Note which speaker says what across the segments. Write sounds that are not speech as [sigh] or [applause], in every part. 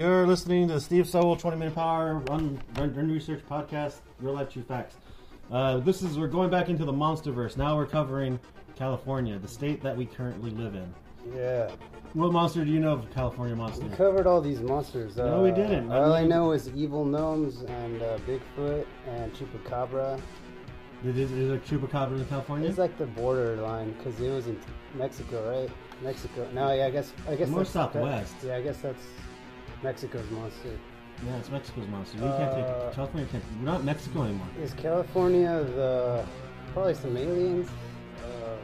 Speaker 1: You're listening to the Steve Sowell 20 Minute Power Run, Run, Run Research Podcast, Real Life True Facts. Uh, this is, we're going back into the Monsterverse. Now we're covering California, the state that we currently live in.
Speaker 2: Yeah,
Speaker 1: What monster do you know of California
Speaker 2: we
Speaker 1: monster?
Speaker 2: covered all these monsters. uh,
Speaker 1: No, we didn't.
Speaker 2: All I know is evil gnomes and uh, Bigfoot and Chupacabra.
Speaker 1: Is, is there chupacabra in California?
Speaker 2: It's like the borderline because it was in Mexico, right? Mexico. No, yeah, I guess I guess
Speaker 1: More
Speaker 2: that's- that-
Speaker 1: southwest.
Speaker 2: yeah, I guess that's Mexico's monster.
Speaker 1: yeah, it's Mexico's monster. We can't
Speaker 2: Uh,
Speaker 1: take California. Can't, we're not Mexico anymore.
Speaker 2: Is California the probably some aliens? Uh,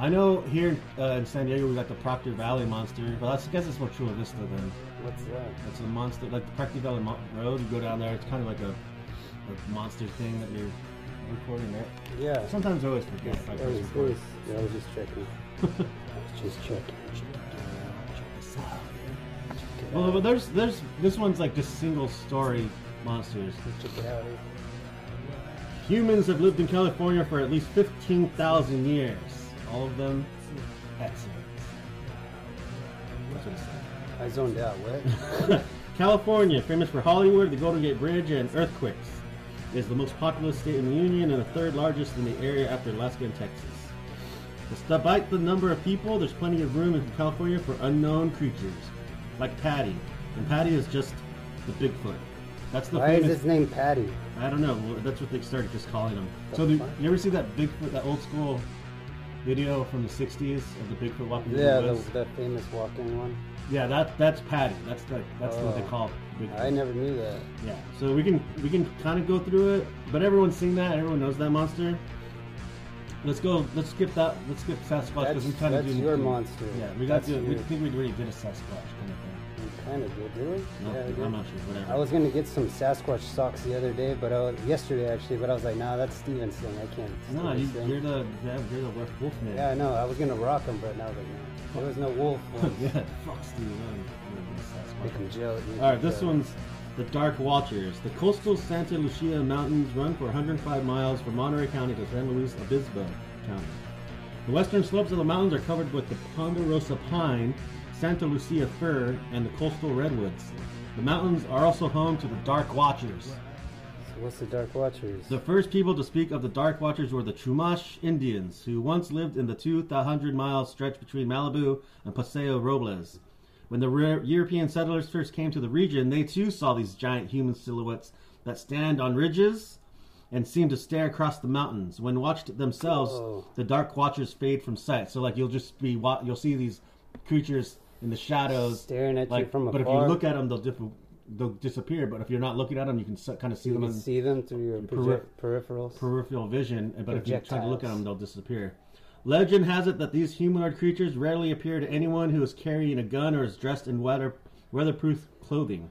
Speaker 1: I know here uh, in San Diego we got the Proctor Valley monster, but that's, I guess it's more Chula Vista than
Speaker 2: what's that?
Speaker 1: It's a monster, like the Practice Valley Mo- Road. You go down there. It's kind of like a, a monster thing that you're recording. Right?
Speaker 2: Yeah.
Speaker 1: Sometimes I always forget. if I
Speaker 2: It
Speaker 1: press
Speaker 2: was, it
Speaker 1: record.
Speaker 2: was, yeah, I was just
Speaker 1: [laughs]
Speaker 2: checking. I was just checking. Check it
Speaker 1: Well, but
Speaker 2: out.
Speaker 1: there's there's this one's like just single story monsters.
Speaker 2: Check it out.
Speaker 1: Humans have lived in California for at least fifteen thousand years. All of them excellent. That's what it said.
Speaker 2: I zoned out. What?
Speaker 1: [laughs] California, famous for Hollywood, the Golden Gate Bridge, and earthquakes, is the most populous state in the union and the third largest in the area after Alaska and Texas. Despite the number of people, there's plenty of room in California for unknown creatures, like Patty. And Patty is just the Bigfoot. That's the
Speaker 2: Why is
Speaker 1: famous.
Speaker 2: his name Patty?
Speaker 1: I don't know. That's what they started just calling him. So
Speaker 2: The
Speaker 1: the,
Speaker 2: fuck?
Speaker 1: you ever see that Bigfoot, that old school video from the '60s of the Bigfoot walking through
Speaker 2: Yeah,
Speaker 1: the
Speaker 2: the,
Speaker 1: woods?
Speaker 2: the famous walking one.
Speaker 1: Yeah, that that's Patty. That's the, that's what they
Speaker 2: Oh.
Speaker 1: call Bigfoot.
Speaker 2: I never knew that.
Speaker 1: Yeah, so we can we can kind of go through it, but everyone's seen that. Everyone knows that monster. Let's go. Let's skip that. Let's skip Sasquatch because
Speaker 2: That's-
Speaker 1: we kind of
Speaker 2: that's
Speaker 1: do.
Speaker 2: your
Speaker 1: do-
Speaker 2: monster.
Speaker 1: Yeah, we got
Speaker 2: That's
Speaker 1: to. We
Speaker 2: you.
Speaker 1: think we already did a Sasquatch kind of
Speaker 2: You kind of did, did
Speaker 1: thing.
Speaker 2: we?
Speaker 1: No,
Speaker 2: Yeah, we
Speaker 1: I'm
Speaker 2: did.
Speaker 1: not sure. Whatever.
Speaker 2: I was gonna get some Sasquatch socks the other day, but I was, yesterday actually, but I was like, nah, that's Stevenson. I can't.
Speaker 1: no, you,
Speaker 2: Stevenson.
Speaker 1: you're the you're the wolf, wolf man.
Speaker 2: Yeah, I know. I was gonna rock them, but now like, nah. there was no wolf. ones.
Speaker 1: [laughs] yeah. Fuck Steve. I'm- I'm a Sasquatch.
Speaker 2: Make 'em gel- make
Speaker 1: All right,
Speaker 2: 'em
Speaker 1: this
Speaker 2: gel.
Speaker 1: one's the Dark Watchers. The coastal Santa Lucia Mountains run for 105 miles from Monterey County to San Luis Obispo County. The western slopes of the mountains are covered with the ponderosa pine, Santa Lucia fir, and the coastal redwoods. The mountains are also home to the Dark Watchers.
Speaker 2: So what's the Dark Watchers?
Speaker 1: The first people to speak of the Dark Watchers were the Chumash Indians, who once lived in the 200 mile stretch between Malibu and Paseo Robles. When the re- European settlers first came to the region, they too saw these giant human silhouettes that stand on ridges and seem to stare across the mountains. When watched themselves,
Speaker 2: Whoa.
Speaker 1: the Dark Watchers fade from sight. So, like, you'll just be wa- you'll see these creatures in the shadows
Speaker 2: Staring at you
Speaker 1: like,
Speaker 2: from
Speaker 1: But if
Speaker 2: afar.
Speaker 1: you look at them, they'll, dip- they'll disappear. But if you're not looking at them, you can s- kind of see them.
Speaker 2: you
Speaker 1: in-
Speaker 2: can see them through your proje- peripherals.
Speaker 1: peripheral vision, but if you try to look at
Speaker 2: Projectiles.
Speaker 1: them, they'll disappear. Legend has it that these humanoid creatures rarely appear to anyone who is carrying a gun or is dressed in weather, weatherproof clothing.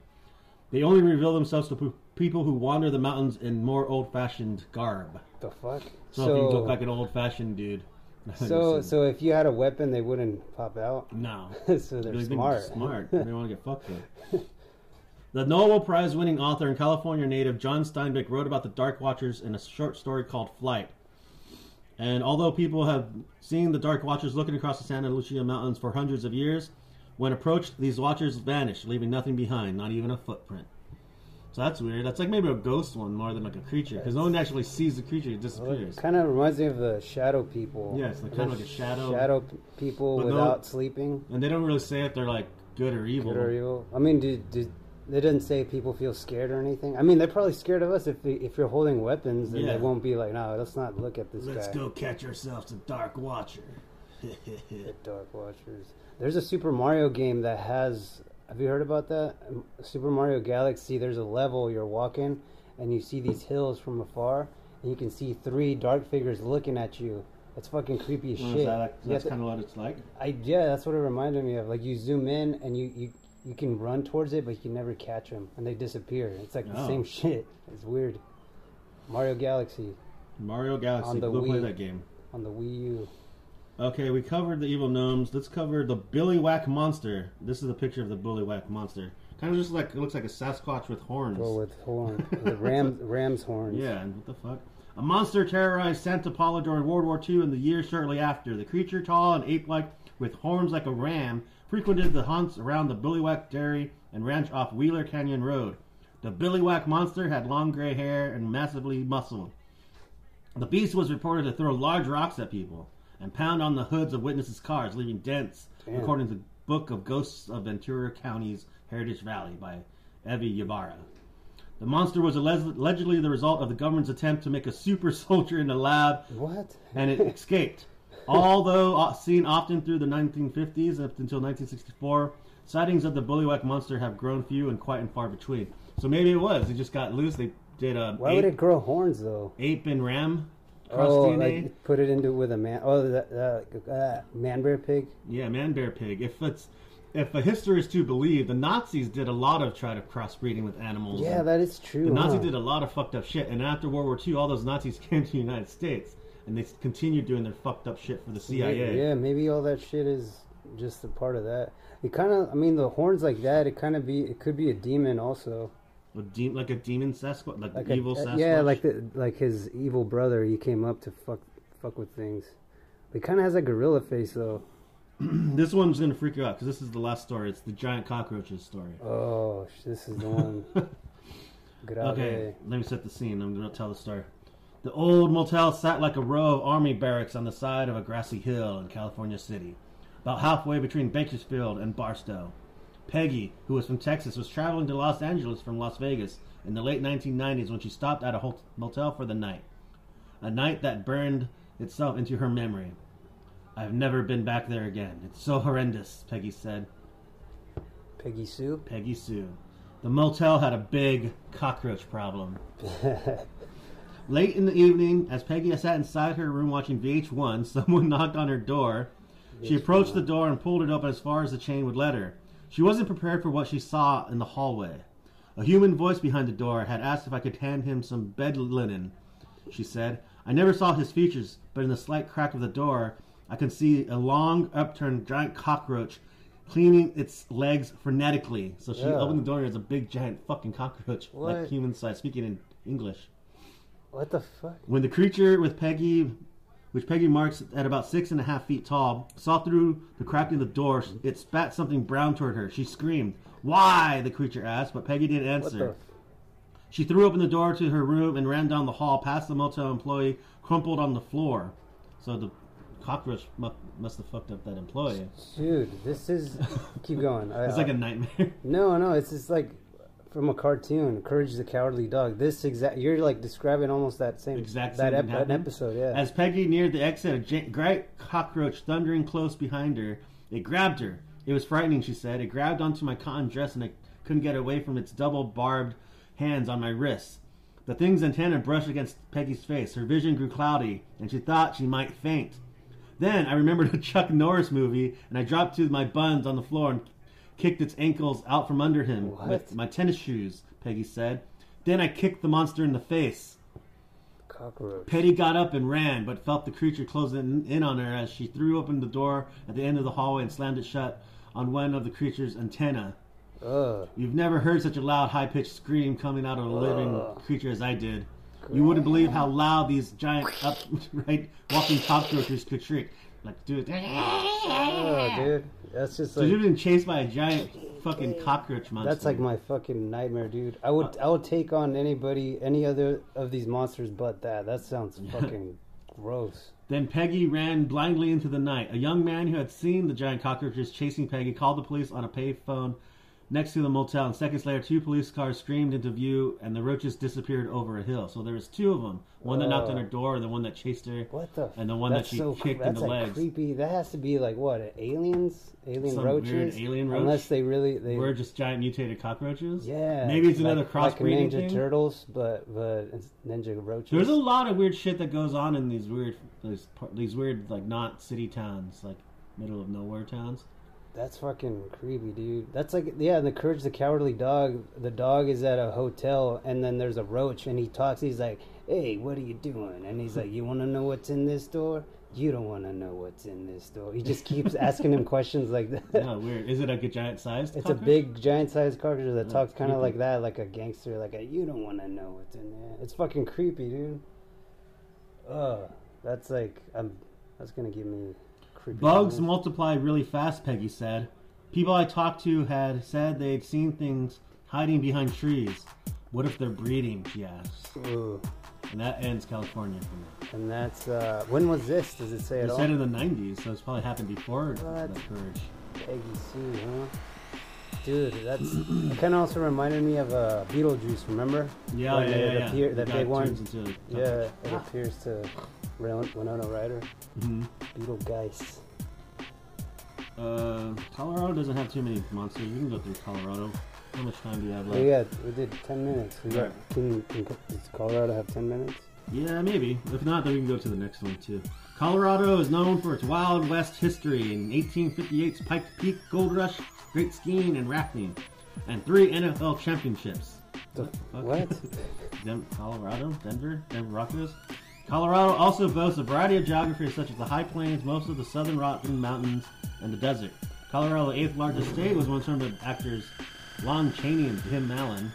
Speaker 1: They only reveal themselves to pe- people who wander the mountains in more old-fashioned garb.
Speaker 2: the fuck?
Speaker 1: So, if you look like an old-fashioned dude, [laughs]
Speaker 2: so, so if you had a weapon, they wouldn't pop out. [laughs]
Speaker 1: no,
Speaker 2: so they're
Speaker 1: They think
Speaker 2: smart. [laughs]
Speaker 1: Smart. They want to get fucked with. The Nobel Prize winning author and California native John Steinbeck wrote about the Dark Watchers in a short story called Flight. And although people have seen the Dark Watchers looking across the Santa Lucia Mountains for hundreds of years, when approached, these watchers vanish, leaving nothing behind, not even a footprint. So that's weird. That's like maybe a ghost one more than like a creature, because no one actually sees the creature; it disappears.
Speaker 2: Kind of reminds me of the shadow people.
Speaker 1: Yeah, it's like- kinda like a shadow-
Speaker 2: Shadow p- people
Speaker 1: But no-
Speaker 2: without sleeping.
Speaker 1: And they don't really say if they're like good or evil.
Speaker 2: Good or evil. I mean, did, did they didn't say people feel scared or anything? I mean, they're probably scared of us. If they, if you're holding weapons, then
Speaker 1: Yeah.
Speaker 2: they won't be like, no, let's not look at this
Speaker 1: Let's
Speaker 2: guy.
Speaker 1: go catch ourselves a Dark Watcher. [laughs]
Speaker 2: The Dark Watchers. There's a Super Mario game that has. Have you heard about that? Um, Super Mario Galaxy. There's a level you're walking, and you see these hills from afar, and you can see three dark figures looking at you. That's fucking creepy as
Speaker 1: Well,
Speaker 2: shit.
Speaker 1: is that,
Speaker 2: You have
Speaker 1: that's
Speaker 2: to-
Speaker 1: kind of what it's like.
Speaker 2: I yeah, that's what it reminded me of. Like you zoom in and you you, you can run towards it, but you can never catch them, and they disappear. It's like
Speaker 1: Oh.
Speaker 2: the same [laughs] shit. It's weird. Mario Galaxy
Speaker 1: Mario Galaxy.
Speaker 2: On the
Speaker 1: Go play
Speaker 2: Wii.
Speaker 1: that game.
Speaker 2: on the Wii U.
Speaker 1: Okay, we covered the evil gnomes. Let's cover the Billy Whack monster. This is a picture of the Billy Whack monster. Kind of just like it looks like a Sasquatch with horns.
Speaker 2: Well, with horn, [laughs] the ram, ram's horns.
Speaker 1: Yeah, and what the fuck? A monster terrorized Santa Paula during World War II and the years shortly after. The creature, tall and ape-like, with horns like a ram, frequented the haunts around the Billywhack Dairy and Ranch off Wheeler Canyon Road. The Billywhack monster had long gray hair and massively muscled. The beast was reported to throw large rocks at people and pound on the hoods of witnesses' cars, leaving dents,
Speaker 2: Damn.
Speaker 1: according to the Book of Ghosts of Ventura County's Heritage Valley by Evie Ybarra. The monster was alle- allegedly the result of the government's attempt to make a super [laughs] soldier in the lab
Speaker 2: What?
Speaker 1: and it escaped. Although uh, seen often through the 1950s up until 1964, sightings of the bullywhack monster have grown few and quite and far between. So maybe it was. It just got loose. They did a
Speaker 2: Why
Speaker 1: ape,
Speaker 2: would it grow horns though?
Speaker 1: ape and ram cross
Speaker 2: Oh,
Speaker 1: DNA.
Speaker 2: like put it into with a man. Oh, that, that uh, man bear pig.
Speaker 1: Yeah, man, bear, pig. If it's if a history is to believe, the Nazis did a lot of try to crossbreeding with animals.
Speaker 2: Yeah, that is true.
Speaker 1: the Nazis
Speaker 2: huh?
Speaker 1: did a lot of fucked up shit. And after World War II, all those Nazis [laughs] came to the United States, and they continued doing their fucked up shit for the CIA.
Speaker 2: Yeah, maybe all that shit is just a part of that. It kind of, I mean, the horns like that. It kind of be, it could be a demon also,
Speaker 1: A de- like a demon Sasquatch, like,
Speaker 2: like
Speaker 1: the
Speaker 2: a-
Speaker 1: evil
Speaker 2: uh,
Speaker 1: Sasquatch.
Speaker 2: Yeah, like the like his evil brother. He came up to fuck fuck with things. It kind of has a gorilla face though.
Speaker 1: this one's gonna freak you out because this is the last story. It's the giant cockroaches story.
Speaker 2: Oh, sh- this is
Speaker 1: [laughs]
Speaker 2: the one. Grave.
Speaker 1: Okay, let me set the scene. I'm gonna tell the story. The old motel sat like a row of army barracks on the side of a grassy hill in California City, about halfway between Bakersfield and Barstow. Peggy, who was from Texas, was traveling to Los Angeles from Las Vegas in the late 1990s when she stopped at a hot- motel for the night. A night that burned itself into her memory. I've never been back there again. It's so horrendous, Peggy said.
Speaker 2: Peggy Sue.
Speaker 1: Peggy Sue. The motel had a big cockroach problem. Late in the evening, as Peggy sat inside her room watching VH1, [laughs] someone knocked on her door. She approached the door and pulled it open as far as the chain would let her. She wasn't prepared for what she saw in the hallway. A human voice behind the door had asked if I could hand him some bed linen. She said, I never saw his features, but in the slight crack of the door, I could see a long, upturned giant cockroach cleaning its legs frenetically. So she
Speaker 2: Yeah.
Speaker 1: opened the door and there's a big, giant fucking cockroach,
Speaker 2: What?
Speaker 1: like human sized, speaking in English.
Speaker 2: What the fuck?
Speaker 1: When the creature with Peggy, which Peggy marks at about six and a half feet tall, saw through the crack in the door, it spat something brown toward her. She screamed, Why? the creature asked, but Peggy didn't
Speaker 2: What
Speaker 1: answer.
Speaker 2: the?
Speaker 1: She threw open the door to her room and ran down the hall past the motel employee, crumpled on the floor. So the cockroach mu- must have fucked up that employee.
Speaker 2: Dude,
Speaker 1: [laughs]
Speaker 2: this is. Keep going. I-
Speaker 1: It's like a nightmare.
Speaker 2: No, no, it's just like from a cartoon, Courage the Cowardly Dog. This exact, you're like describing almost that same
Speaker 1: Exact
Speaker 2: that,
Speaker 1: same
Speaker 2: ep-
Speaker 1: thing
Speaker 2: that
Speaker 1: happened?
Speaker 2: episode. Yeah,
Speaker 1: As Peggy neared the exit, a gi- great cockroach thundering close behind her, it grabbed her. It was frightening, she said. It grabbed onto my cotton dress and I couldn't get away from its double barbed hands on my wrists. The thing's antenna brushed against Peggy's face. Her vision grew cloudy, and she thought she might faint. Then I remembered [laughs] a Chuck Norris movie, and I dropped to my buns on the floor and kicked its ankles out from under him
Speaker 2: What?
Speaker 1: with my tennis shoes, Peggy said. Then I kicked the monster in the face.
Speaker 2: cockroach.
Speaker 1: Petty got up and ran, but felt the creature closing in on her as she threw open the door at the end of the hallway and slammed it shut on one of the creature's antenna.
Speaker 2: Ugh.
Speaker 1: You've never heard such a loud, high pitched scream coming out of a
Speaker 2: Ugh.
Speaker 1: living creature as I did. You wouldn't believe how loud these giant, upright, walking cockroaches could shriek. Like, dude.
Speaker 2: Oh, dude, that's just
Speaker 1: So you've
Speaker 2: like
Speaker 1: been chased by a giant fucking cockroach monster.
Speaker 2: that's like my fucking nightmare, dude. I would
Speaker 1: Uh,
Speaker 2: I would take on anybody, any other of these monsters, but that. That sounds fucking gross.
Speaker 1: Then Peggy ran blindly into the night. A young man who had seen the giant cockroaches chasing Peggy called the police on a payphone next to the motel. And seconds later, two police cars screamed into view, and the roaches disappeared over a hill. So there was two of them: one that knocked on her door, and the one that chased her.
Speaker 2: Uh, What the?
Speaker 1: And the one that
Speaker 2: that's
Speaker 1: she
Speaker 2: so
Speaker 1: kicked in
Speaker 2: that's
Speaker 1: the
Speaker 2: a
Speaker 1: legs.
Speaker 2: Creepy. That has to be like what aliens, alien
Speaker 1: Some weird
Speaker 2: roaches,
Speaker 1: alien roach?
Speaker 2: unless they really they
Speaker 1: We're just giant mutated cockroaches.
Speaker 2: Yeah,
Speaker 1: maybe it's
Speaker 2: like-
Speaker 1: another
Speaker 2: like
Speaker 1: crossbreeding
Speaker 2: Ninja
Speaker 1: thing.
Speaker 2: Turtles, but but it's Ninja Roaches.
Speaker 1: There's a lot of weird shit that goes on in these weird, these, par- these weird like not city towns, like middle of nowhere
Speaker 2: [laughs]
Speaker 1: towns.
Speaker 2: That's fucking creepy, dude. That's like yeah, the Courage the Cowardly Dog. The dog is at a hotel, and then there's a roach, and he talks. He's like, "Hey, what are you doing?" And he's like, "You want to know what's in this door? You don't want to know what's in this door." He
Speaker 1: [laughs]
Speaker 2: just keeps asking him questions like that.
Speaker 1: Yeah, weird. Is it like a giant sized?
Speaker 2: It's a big, giant-sized cockroach that talks kind of
Speaker 1: Oh, creepy.
Speaker 2: like that, like a gangster, like a "you don't want to know what's in there." It's fucking creepy, dude. Ugh, that's like, I'm, that's gonna give me creepy.
Speaker 1: Bugs
Speaker 2: more.
Speaker 1: multiply really fast, Peggy said. People I talked to had said they'd seen things hiding behind trees. What if they're breeding? She asks.
Speaker 2: Ooh.
Speaker 1: And that ends California for me.
Speaker 2: And that's uh, when was this? Does it say at
Speaker 1: They
Speaker 2: all?
Speaker 1: said in the 90s, so it's probably happened before
Speaker 2: What? Oh,
Speaker 1: that purge.
Speaker 2: Peggy Sue, huh? Dude, that's kind of also reminded me of uh, Beetlejuice. Remember?
Speaker 1: Yeah,
Speaker 2: When
Speaker 1: yeah,
Speaker 2: it
Speaker 1: yeah. yeah.
Speaker 2: appear-
Speaker 1: The
Speaker 2: that
Speaker 1: guy
Speaker 2: big one.
Speaker 1: turns into a-
Speaker 2: Yeah, it appears to Ren- Winona Ryder.
Speaker 1: Mhm.
Speaker 2: Beetlegeist.
Speaker 1: Uh, Colorado doesn't have too many monsters. We can go through Colorado. How much time do you have
Speaker 2: Oh
Speaker 1: left?
Speaker 2: yeah, we did ten minutes. We got,
Speaker 1: Right.
Speaker 2: can, can, does Colorado have ten minutes?
Speaker 1: Yeah, maybe. If not, then we can go to the next one too. Colorado is known for its Wild West history in 1858's Pike Peak Gold Rush, great skiing and rafting, and three NFL championships.
Speaker 2: The,
Speaker 1: fuck?
Speaker 2: what?
Speaker 1: [laughs] Den- Colorado, Denver, Denver Broncos. Colorado also boasts a variety of geography, such as the high plains, most of the southern Rocky Mountains, and the desert. Colorado, the eighth largest state, was once home to actors Lon Chaney and Tim Allen.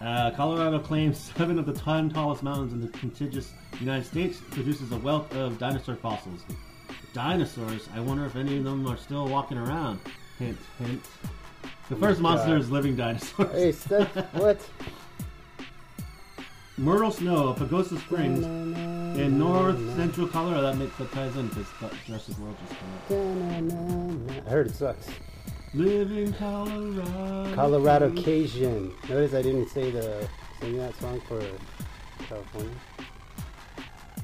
Speaker 1: Uh, Colorado claims [laughs] seven of the ten tallest mountains in the contiguous United States, produces a wealth of dinosaur fossils. Dinosaurs, I wonder if any of them are still walking around. Hint, hint. The first monster
Speaker 2: God.
Speaker 1: is living dinosaurs.
Speaker 2: hey, Steph, what?
Speaker 1: Myrtle Snow, Pagosa Springs, in north central Colorado. That makes that ties in because Jurassic World just came out.
Speaker 2: I heard it sucks.
Speaker 1: Live in Colorado.
Speaker 2: Colorado Cajun. Notice I didn't say the sing that song for California.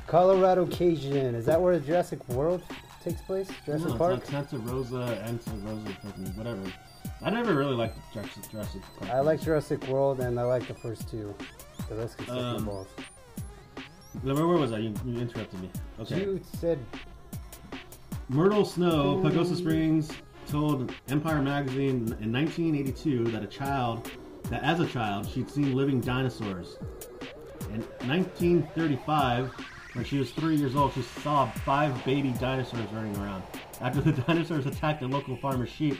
Speaker 2: Colorado Cajun. Is that where the Jurassic World takes place?
Speaker 1: No,
Speaker 2: Jurassic
Speaker 1: it's
Speaker 2: Park.
Speaker 1: not Santa Rosa and Santa Rosa fucking whatever. I never really liked Jurassic, Jurassic Park.
Speaker 2: I like Jurassic World and I like the first two. The rest can suck
Speaker 1: Um,
Speaker 2: um, balls.
Speaker 1: Where where was I? You, you interrupted me. Okay.
Speaker 2: You said
Speaker 1: Myrtle Snow, Pagosa Springs, told Empire magazine in 1982 that a child, that as a child, she'd seen living dinosaurs. In 1935, when she was three years old, she saw five baby dinosaurs running around. After the [laughs] dinosaurs attacked a local farmer's sheep,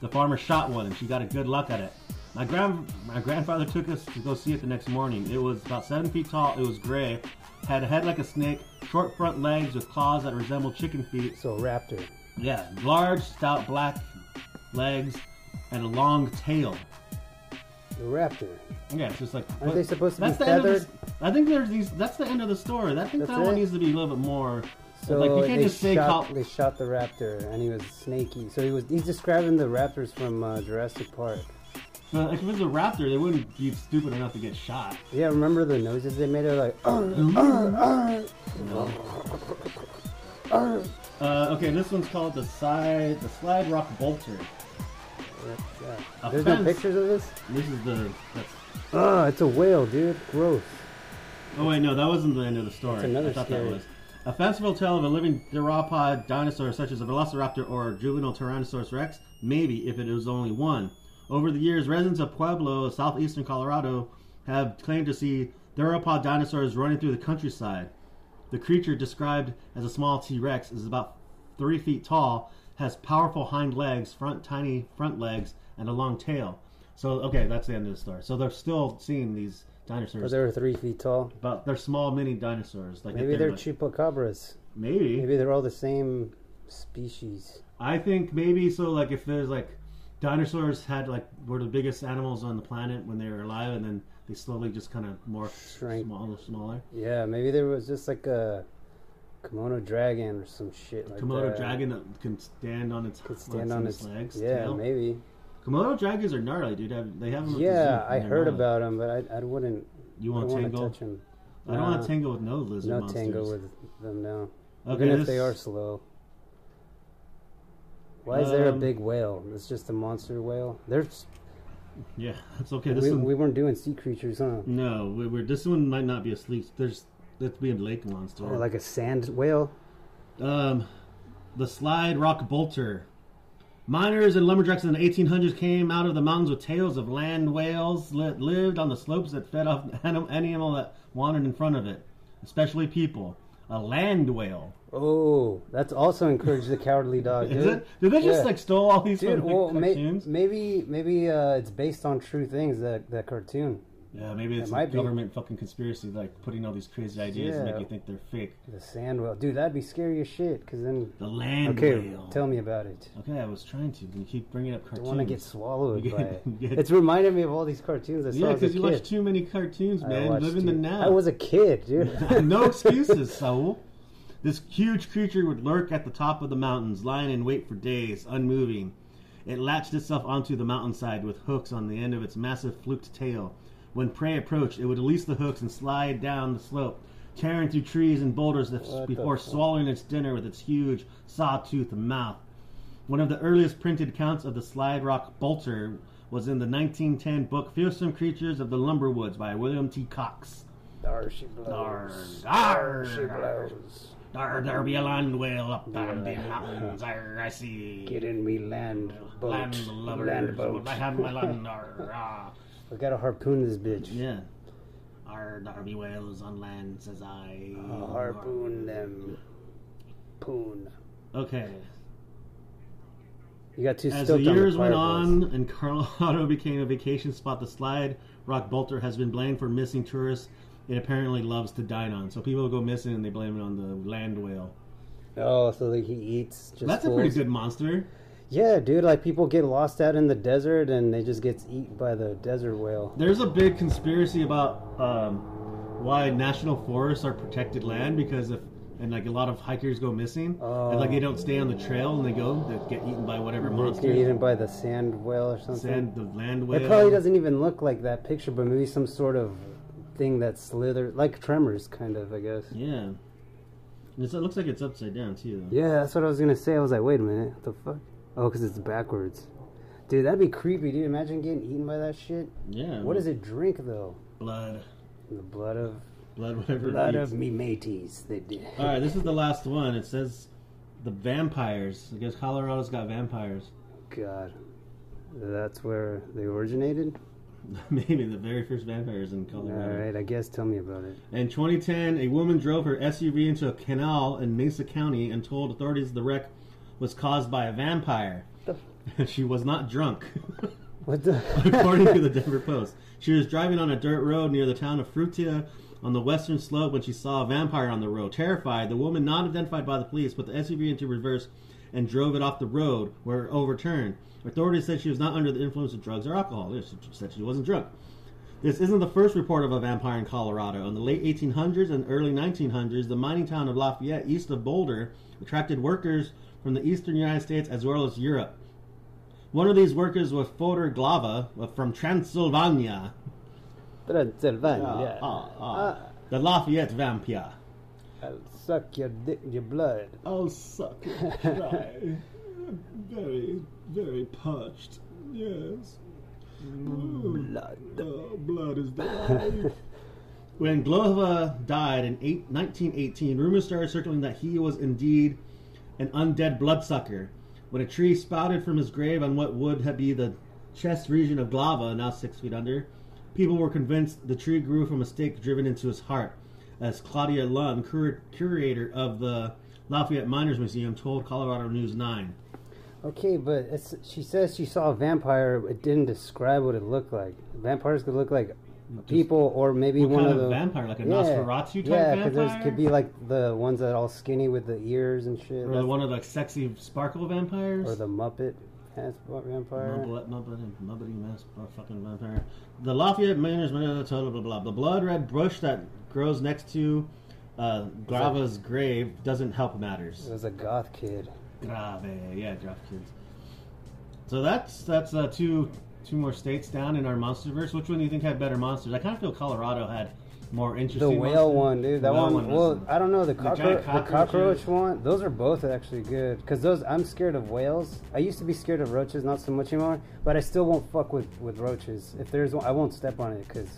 Speaker 1: the farmer shot one, and she got a good look at it. My grand my grandfather took us to go see it the next morning. It was about seven feet tall. It was gray, had a head like a snake, short front legs with claws that resembled chicken feet.
Speaker 2: so raptor.
Speaker 1: Yeah, large, stout, black legs, and a long tail.
Speaker 2: The raptor.
Speaker 1: Yeah, it's just like
Speaker 2: Aren't they supposed to be
Speaker 1: the end of
Speaker 2: feathered?
Speaker 1: this- I think there's these. That's the end of the story. I think
Speaker 2: That's
Speaker 1: that one
Speaker 2: it?
Speaker 1: needs to be a little bit more.
Speaker 2: So
Speaker 1: like you can't
Speaker 2: they
Speaker 1: just say
Speaker 2: shot,
Speaker 1: col-
Speaker 2: they shot the raptor and he was snaky. So he was he's describing the raptors from uh, Jurassic Park.
Speaker 1: but uh, if it was a raptor, they wouldn't be stupid enough to get shot.
Speaker 2: Yeah, remember the noises they made? They're like, "Oh,
Speaker 1: you know? Uh, okay, this one's called the side the slide rock bolter.
Speaker 2: Yeah.
Speaker 1: A
Speaker 2: There's no
Speaker 1: fence.
Speaker 2: pictures of this?
Speaker 1: This is the. That's,
Speaker 2: Oh, it's a whale, dude. Gross.
Speaker 1: Oh wait, no, that wasn't the end of the story.
Speaker 2: That's another
Speaker 1: I thought
Speaker 2: scary-
Speaker 1: that was. A fanciful tale of a living theropod dinosaur such as a velociraptor or juvenile Tyrannosaurus rex, maybe if it was only one. Over the years, residents of Pueblo, southeastern Colorado, have claimed to see theropod dinosaurs running through the countryside. The creature, described as a small T Rex, is about three feet tall, has powerful hind legs, front tiny front legs, and a long tail. So, okay, that's the end of the story. So they're still seeing these dinosaurs.
Speaker 2: Or they were three feet tall.
Speaker 1: But they're small mini dinosaurs. Like
Speaker 2: Maybe
Speaker 1: if
Speaker 2: they're
Speaker 1: like-
Speaker 2: chupacabras.
Speaker 1: Maybe.
Speaker 2: Maybe they're all the same species.
Speaker 1: I think maybe so. Like if there's like dinosaurs had like were the biggest animals on the planet when they were alive, and then they slowly just kind of morphed
Speaker 2: Shrank.
Speaker 1: smaller, smaller.
Speaker 2: Yeah, maybe there was just like a kimono dragon or some shit like
Speaker 1: Komodo
Speaker 2: that.
Speaker 1: dragon that can stand on its
Speaker 2: Could stand on its
Speaker 1: legs.
Speaker 2: Yeah,
Speaker 1: tail.
Speaker 2: maybe.
Speaker 1: Komodo dragons are gnarly, dude. Have- They have them. at the
Speaker 2: Yeah,
Speaker 1: zoo.
Speaker 2: I
Speaker 1: They're
Speaker 2: heard
Speaker 1: gnarly.
Speaker 2: about him, but I, I wouldn't.
Speaker 1: You
Speaker 2: I
Speaker 1: want
Speaker 2: don't want to
Speaker 1: tangle?
Speaker 2: touch him.
Speaker 1: I don't want
Speaker 2: Nah.
Speaker 1: to tangle with no lizard
Speaker 2: No
Speaker 1: monsters.
Speaker 2: tango with them now.
Speaker 1: Okay,
Speaker 2: Even if
Speaker 1: this-
Speaker 2: they are slow. Why is there a
Speaker 1: Um,
Speaker 2: big whale? It's just a monster whale. There's
Speaker 1: Yeah, that's okay. This
Speaker 2: we,
Speaker 1: one, Mm,
Speaker 2: we weren't doing sea creatures, huh?
Speaker 1: no, we, we're this one might not be asleep. There's that's being lake monster.
Speaker 2: Or like a sand whale.
Speaker 1: Um, the slide rock bolter. Miners and lumberjacks in the 1800s came out of the mountains with tales of land whales that lived on the slopes that fed off [laughs] anim- animal that wandered in front of it, especially people. A land whale.
Speaker 2: Oh, that's also encouraged the cowardly dog, dude.
Speaker 1: [laughs] Is it? Did they just
Speaker 2: Yeah.
Speaker 1: like stole all these
Speaker 2: Dude,
Speaker 1: from, like,
Speaker 2: well, may,
Speaker 1: cartoons?
Speaker 2: maybe maybe uh, it's based on true things that that cartoon.
Speaker 1: Yeah, maybe it's
Speaker 2: It
Speaker 1: a
Speaker 2: might be.
Speaker 1: government fucking conspiracy, like putting all these crazy ideas to
Speaker 2: Yeah.
Speaker 1: make you think they're fake.
Speaker 2: The sand whale, dude, that'd be scary as shit. Cause then,
Speaker 1: The land
Speaker 2: okay,
Speaker 1: whale.
Speaker 2: tell me about it.
Speaker 1: okay, I was trying to. but You keep bringing up
Speaker 2: I
Speaker 1: cartoons.
Speaker 2: want to get swallowed
Speaker 1: [laughs] You
Speaker 2: by
Speaker 1: get-
Speaker 2: it.
Speaker 1: you get-
Speaker 2: It's reminded me of all these cartoons I saw
Speaker 1: yeah,
Speaker 2: as a
Speaker 1: because
Speaker 2: kid.
Speaker 1: you watch too many cartoons,
Speaker 2: I
Speaker 1: man.
Speaker 2: watched
Speaker 1: Live in the
Speaker 2: it.
Speaker 1: now.
Speaker 2: I was a kid,
Speaker 1: [laughs]
Speaker 2: dude. [laughs]
Speaker 1: no excuses, Saul. This huge creature would lurk at the top of the mountains, lying in wait for days, unmoving. It latched itself onto the mountainside with hooks on the end of its massive fluked tail. When prey approached, it would release the hooks and slide down the slope, tearing through trees and boulders that-
Speaker 2: What the
Speaker 1: before
Speaker 2: fuck?
Speaker 1: swallowing its dinner with its huge sawtooth mouth. One of the earliest printed accounts of the Slide Rock Bolter was in the 1910 book Fearsome Creatures of the Lumberwoods by William T. Cox.
Speaker 2: Dar she blows.
Speaker 1: Dar,
Speaker 2: Dar
Speaker 1: dar,
Speaker 2: she blows.
Speaker 1: Ar, there be a land whale up
Speaker 2: Yeah.
Speaker 1: on the mountains. Ar, I see.
Speaker 2: Get in me land boat.
Speaker 1: land lovers.
Speaker 2: Land boat.
Speaker 1: I have my land. Ar,
Speaker 2: [laughs]
Speaker 1: ah.
Speaker 2: I gotta harpoon this bitch.
Speaker 1: Yeah. Ar, there be whales on land, says I.
Speaker 2: I'll harpoon them. Poon.
Speaker 1: Okay.
Speaker 2: You got too
Speaker 1: As the
Speaker 2: stoked on
Speaker 1: years
Speaker 2: the
Speaker 1: went
Speaker 2: fireballs.
Speaker 1: on and Colorado [laughs] became a vacation spot, the slide rock bolter has been blamed for missing tourists. It apparently loves to dine on. So people go missing and they blame it on the land whale.
Speaker 2: Oh, so like he eats just
Speaker 1: That's a
Speaker 2: fools.
Speaker 1: pretty good monster.
Speaker 2: Yeah, dude, like people get lost out in the desert and they just gets eaten by the desert whale.
Speaker 1: There's a big conspiracy about um, why national forests are protected land because if and like a lot of hikers go missing and like they don't stay on the trail and they go they get eaten by whatever
Speaker 2: They get
Speaker 1: monster
Speaker 2: eaten by the sand whale or something.
Speaker 1: sand the land whale.
Speaker 2: It probably doesn't even look like that picture, but maybe some sort of thing that slithered, like Tremors, kind of, I guess.
Speaker 1: Yeah, and it's, it looks like it's upside down too. Though.
Speaker 2: Yeah, that's what I was gonna say. I was like, wait a minute, what the fuck? Oh, because it's backwards. Dude, that'd be creepy, dude. Imagine getting eaten by that shit.
Speaker 1: Yeah.
Speaker 2: What does it drink though?
Speaker 1: Blood,
Speaker 2: The blood of
Speaker 1: blood, whatever. it
Speaker 2: blood
Speaker 1: eats.
Speaker 2: of me mateys. They did.
Speaker 1: All right, this is the last one. It says the vampires. I guess Colorado's got vampires. [laughs]
Speaker 2: God, that's where they originated.
Speaker 1: Maybe the very first vampires in
Speaker 2: All
Speaker 1: Colorado.
Speaker 2: right, I guess. Tell me about it.
Speaker 1: In 2010, a woman drove her SUV into a canal in Mesa County and told authorities the wreck was caused by a vampire. [laughs] she was not drunk,
Speaker 2: What the?
Speaker 1: [laughs] according to
Speaker 2: [laughs]
Speaker 1: the Denver Post. She was driving on a dirt road near the town of Frutia on the western slope when she saw a vampire on the road. Terrified, the woman, not identified by the police, put the SUV into reverse and drove it off the road, where it overturned. Authorities said she was not under the influence of drugs or alcohol. Yeah, She said she wasn't drunk. This isn't the first report of a vampire in Colorado. In the late 1800s and early 1900s, the mining town of Lafayette, east of Boulder, attracted workers from the eastern United States as well as Europe. One of these workers was Fodor Glava uh, from Transylvania.
Speaker 2: Transylvania.
Speaker 1: Ah, ah. The Lafayette vampire.
Speaker 2: I'll suck your dick, your blood.
Speaker 1: I'll suck [laughs] and cry. very, very parched. Yes.
Speaker 2: Blood.
Speaker 1: blood is life. when Glova died in eight, 1918, rumors started circling that he was indeed an undead bloodsucker. When a tree spouted from his grave on what would have be the chest region of Glava, now six feet under, people were convinced the tree grew from a stake driven into his heart. As Claudia Lund, cur- curator of the Lafayette Miners Museum, told Colorado News 9.
Speaker 2: Okay, but it's, she says she saw a vampire. It didn't describe what it looked like. Vampires could look like people, or maybe
Speaker 1: What
Speaker 2: one
Speaker 1: kind
Speaker 2: of
Speaker 1: of
Speaker 2: the
Speaker 1: vampire? Like a Nosferatu type
Speaker 2: yeah, 'cause there's
Speaker 1: vampire?
Speaker 2: could be like the ones that are all skinny with the ears and shit,
Speaker 1: Or
Speaker 2: That's-
Speaker 1: one of the sexy sparkle vampires?
Speaker 2: or the Muppet ass vampire.
Speaker 1: Mumblet, mumblet, mumblet, mess, fucking vampire. The Lafayette Miners, blah, blah, blah, blah, blah. The blood red bush that grows next to uh, Grava's grave doesn't help matters.
Speaker 2: It was a goth kid.
Speaker 1: Grave, yeah, draft kids. So that's that's uh, two two more states down in our MonsterVerse. Which one do you think had better monsters? I kind of feel Colorado had more
Speaker 2: The
Speaker 1: interesting.
Speaker 2: whale
Speaker 1: monsters.
Speaker 2: one, dude.
Speaker 1: The
Speaker 2: That
Speaker 1: whale
Speaker 2: one.
Speaker 1: was-
Speaker 2: well, I don't know the,
Speaker 1: The giant
Speaker 2: cockroach, the
Speaker 1: cockroaches.
Speaker 2: cockroach one. Those are both actually good because those. I'm scared of whales. I used to be scared of roaches, not so much anymore. But I still won't fuck with with roaches. If there's one, I won't step on it because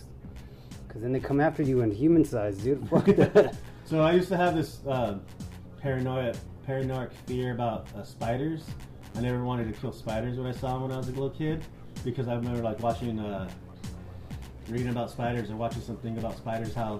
Speaker 2: then they come after you in human size, dude. [laughs]
Speaker 1: [laughs]
Speaker 2: Fuck that.
Speaker 1: so I used to have this uh, paranoia, paranoid fear about uh, spiders. I never wanted to kill spiders when I saw them when I was a little kid because I remember like watching, uh, reading about spiders or watching something about spiders how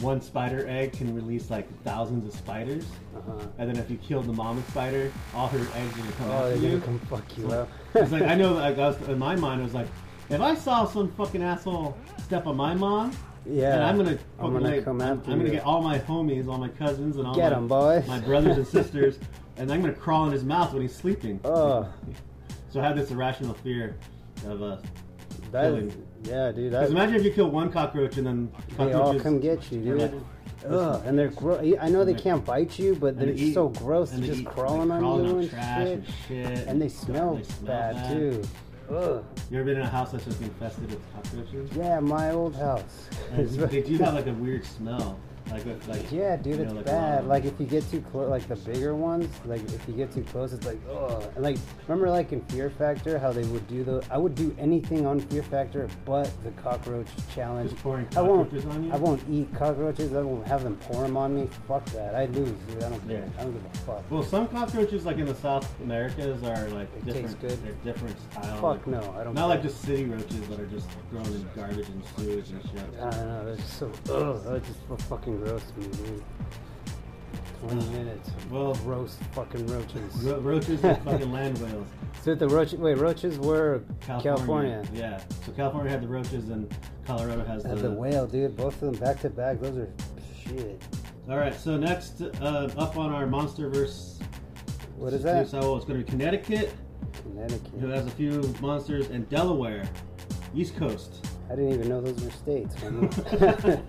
Speaker 1: one spider egg can release like thousands of spiders,
Speaker 2: Uh-huh.
Speaker 1: and then if you kill the mama spider, all her eggs are gonna come
Speaker 2: Oh,
Speaker 1: out.
Speaker 2: they're
Speaker 1: you. [laughs]
Speaker 2: gonna come fuck you up.
Speaker 1: It's like I know, like I was, in my mind, it was like If I saw some fucking asshole step on my mom,
Speaker 2: [laughs] Yeah.
Speaker 1: and I'm gonna,
Speaker 2: I'm
Speaker 1: fucking,
Speaker 2: gonna
Speaker 1: like,
Speaker 2: come
Speaker 1: I'm,
Speaker 2: after
Speaker 1: I'm gonna
Speaker 2: you.
Speaker 1: get all my homies, all my cousins, and all
Speaker 2: Get
Speaker 1: my,
Speaker 2: 'em, boy.
Speaker 1: my brothers and sisters, [laughs] and I'm gonna crawl in his mouth when he's sleeping.
Speaker 2: Oh,
Speaker 1: So I have this irrational fear of uh,
Speaker 2: that is,
Speaker 1: Killing.
Speaker 2: yeah, dude.
Speaker 1: because
Speaker 2: That,
Speaker 1: imagine if you kill one cockroach and then
Speaker 2: Uh, they all
Speaker 1: cockroaches
Speaker 2: come get you,
Speaker 1: they're
Speaker 2: dude.
Speaker 1: like-
Speaker 2: Ugh, and they're gro- I know they
Speaker 1: they're-
Speaker 2: can't bite you, but
Speaker 1: and
Speaker 2: they're
Speaker 1: they eat-
Speaker 2: so gross.
Speaker 1: and
Speaker 2: They're
Speaker 1: they
Speaker 2: just
Speaker 1: eat- and
Speaker 2: crawling
Speaker 1: they're
Speaker 2: on
Speaker 1: crawling
Speaker 2: you
Speaker 1: on
Speaker 2: and
Speaker 1: trash
Speaker 2: shit.
Speaker 1: and shit,
Speaker 2: And they smell, bad, too. Ugh.
Speaker 1: You ever been in a house that's just infested with cockroaches?
Speaker 2: Yeah, my old house. [laughs]
Speaker 1: And they do have like a weird smell, like with, like
Speaker 2: Yeah, dude,
Speaker 1: you
Speaker 2: it's
Speaker 1: know, like, a lot
Speaker 2: bad.
Speaker 1: of-
Speaker 2: Like if you get too close, like the bigger ones, like if you get too close, it's like ugh. And like remember, like in Fear Factor, how they would do the. I would do anything on Fear Factor, but the cockroach challenge.
Speaker 1: Just pouring
Speaker 2: I won't.
Speaker 1: cockroaches on you?
Speaker 2: I won't eat cockroaches. I won't have them pour them on me. Fuck that. I lose, dude. I don't.
Speaker 1: Yeah.
Speaker 2: I don't give a fuck.
Speaker 1: Well, some cockroaches, like in the South Americas, are like
Speaker 2: They
Speaker 1: different.
Speaker 2: taste good.
Speaker 1: They're different style.
Speaker 2: Fuck
Speaker 1: like-
Speaker 2: no, I don't
Speaker 1: Not like
Speaker 2: care.
Speaker 1: just city roaches that are just thrown in garbage and sewage and
Speaker 2: I
Speaker 1: shit.
Speaker 2: don't know. That's so. Ugh. That just fu- fucking gross me, dude.
Speaker 1: [sighs]
Speaker 2: Twenty minutes.
Speaker 1: Well-
Speaker 2: roast fucking roaches.
Speaker 1: Ro- roaches
Speaker 2: [laughs]
Speaker 1: and fucking land whales.
Speaker 2: so the roach. Wait, roaches were California.
Speaker 1: Yeah. So California had the roaches, and Colorado has
Speaker 2: Uh,
Speaker 1: the.
Speaker 2: the whale, dude. Both of them back to back. Those are shit.
Speaker 1: All right. So next uh, up on our MonsterVerse.
Speaker 2: What is that?
Speaker 1: So it's going to be Connecticut, who
Speaker 2: Connecticut.
Speaker 1: has a few monsters, and Delaware, East
Speaker 2: [laughs]
Speaker 1: Coast. [laughs]
Speaker 2: I didn't even know those were states. homie.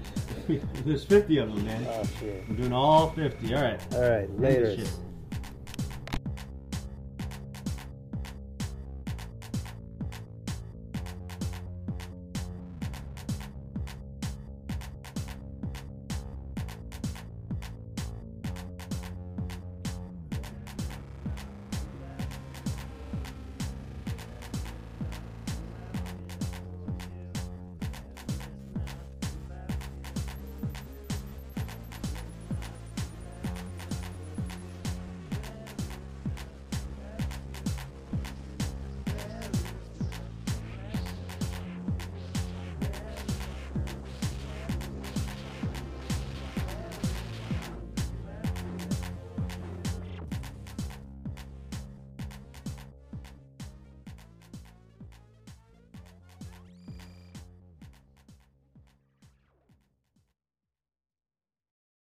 Speaker 1: There's 50 of them, man.
Speaker 2: oh shit.
Speaker 1: I'm doing all 50. All right.
Speaker 2: All right,
Speaker 1: End this
Speaker 2: later.
Speaker 1: shit.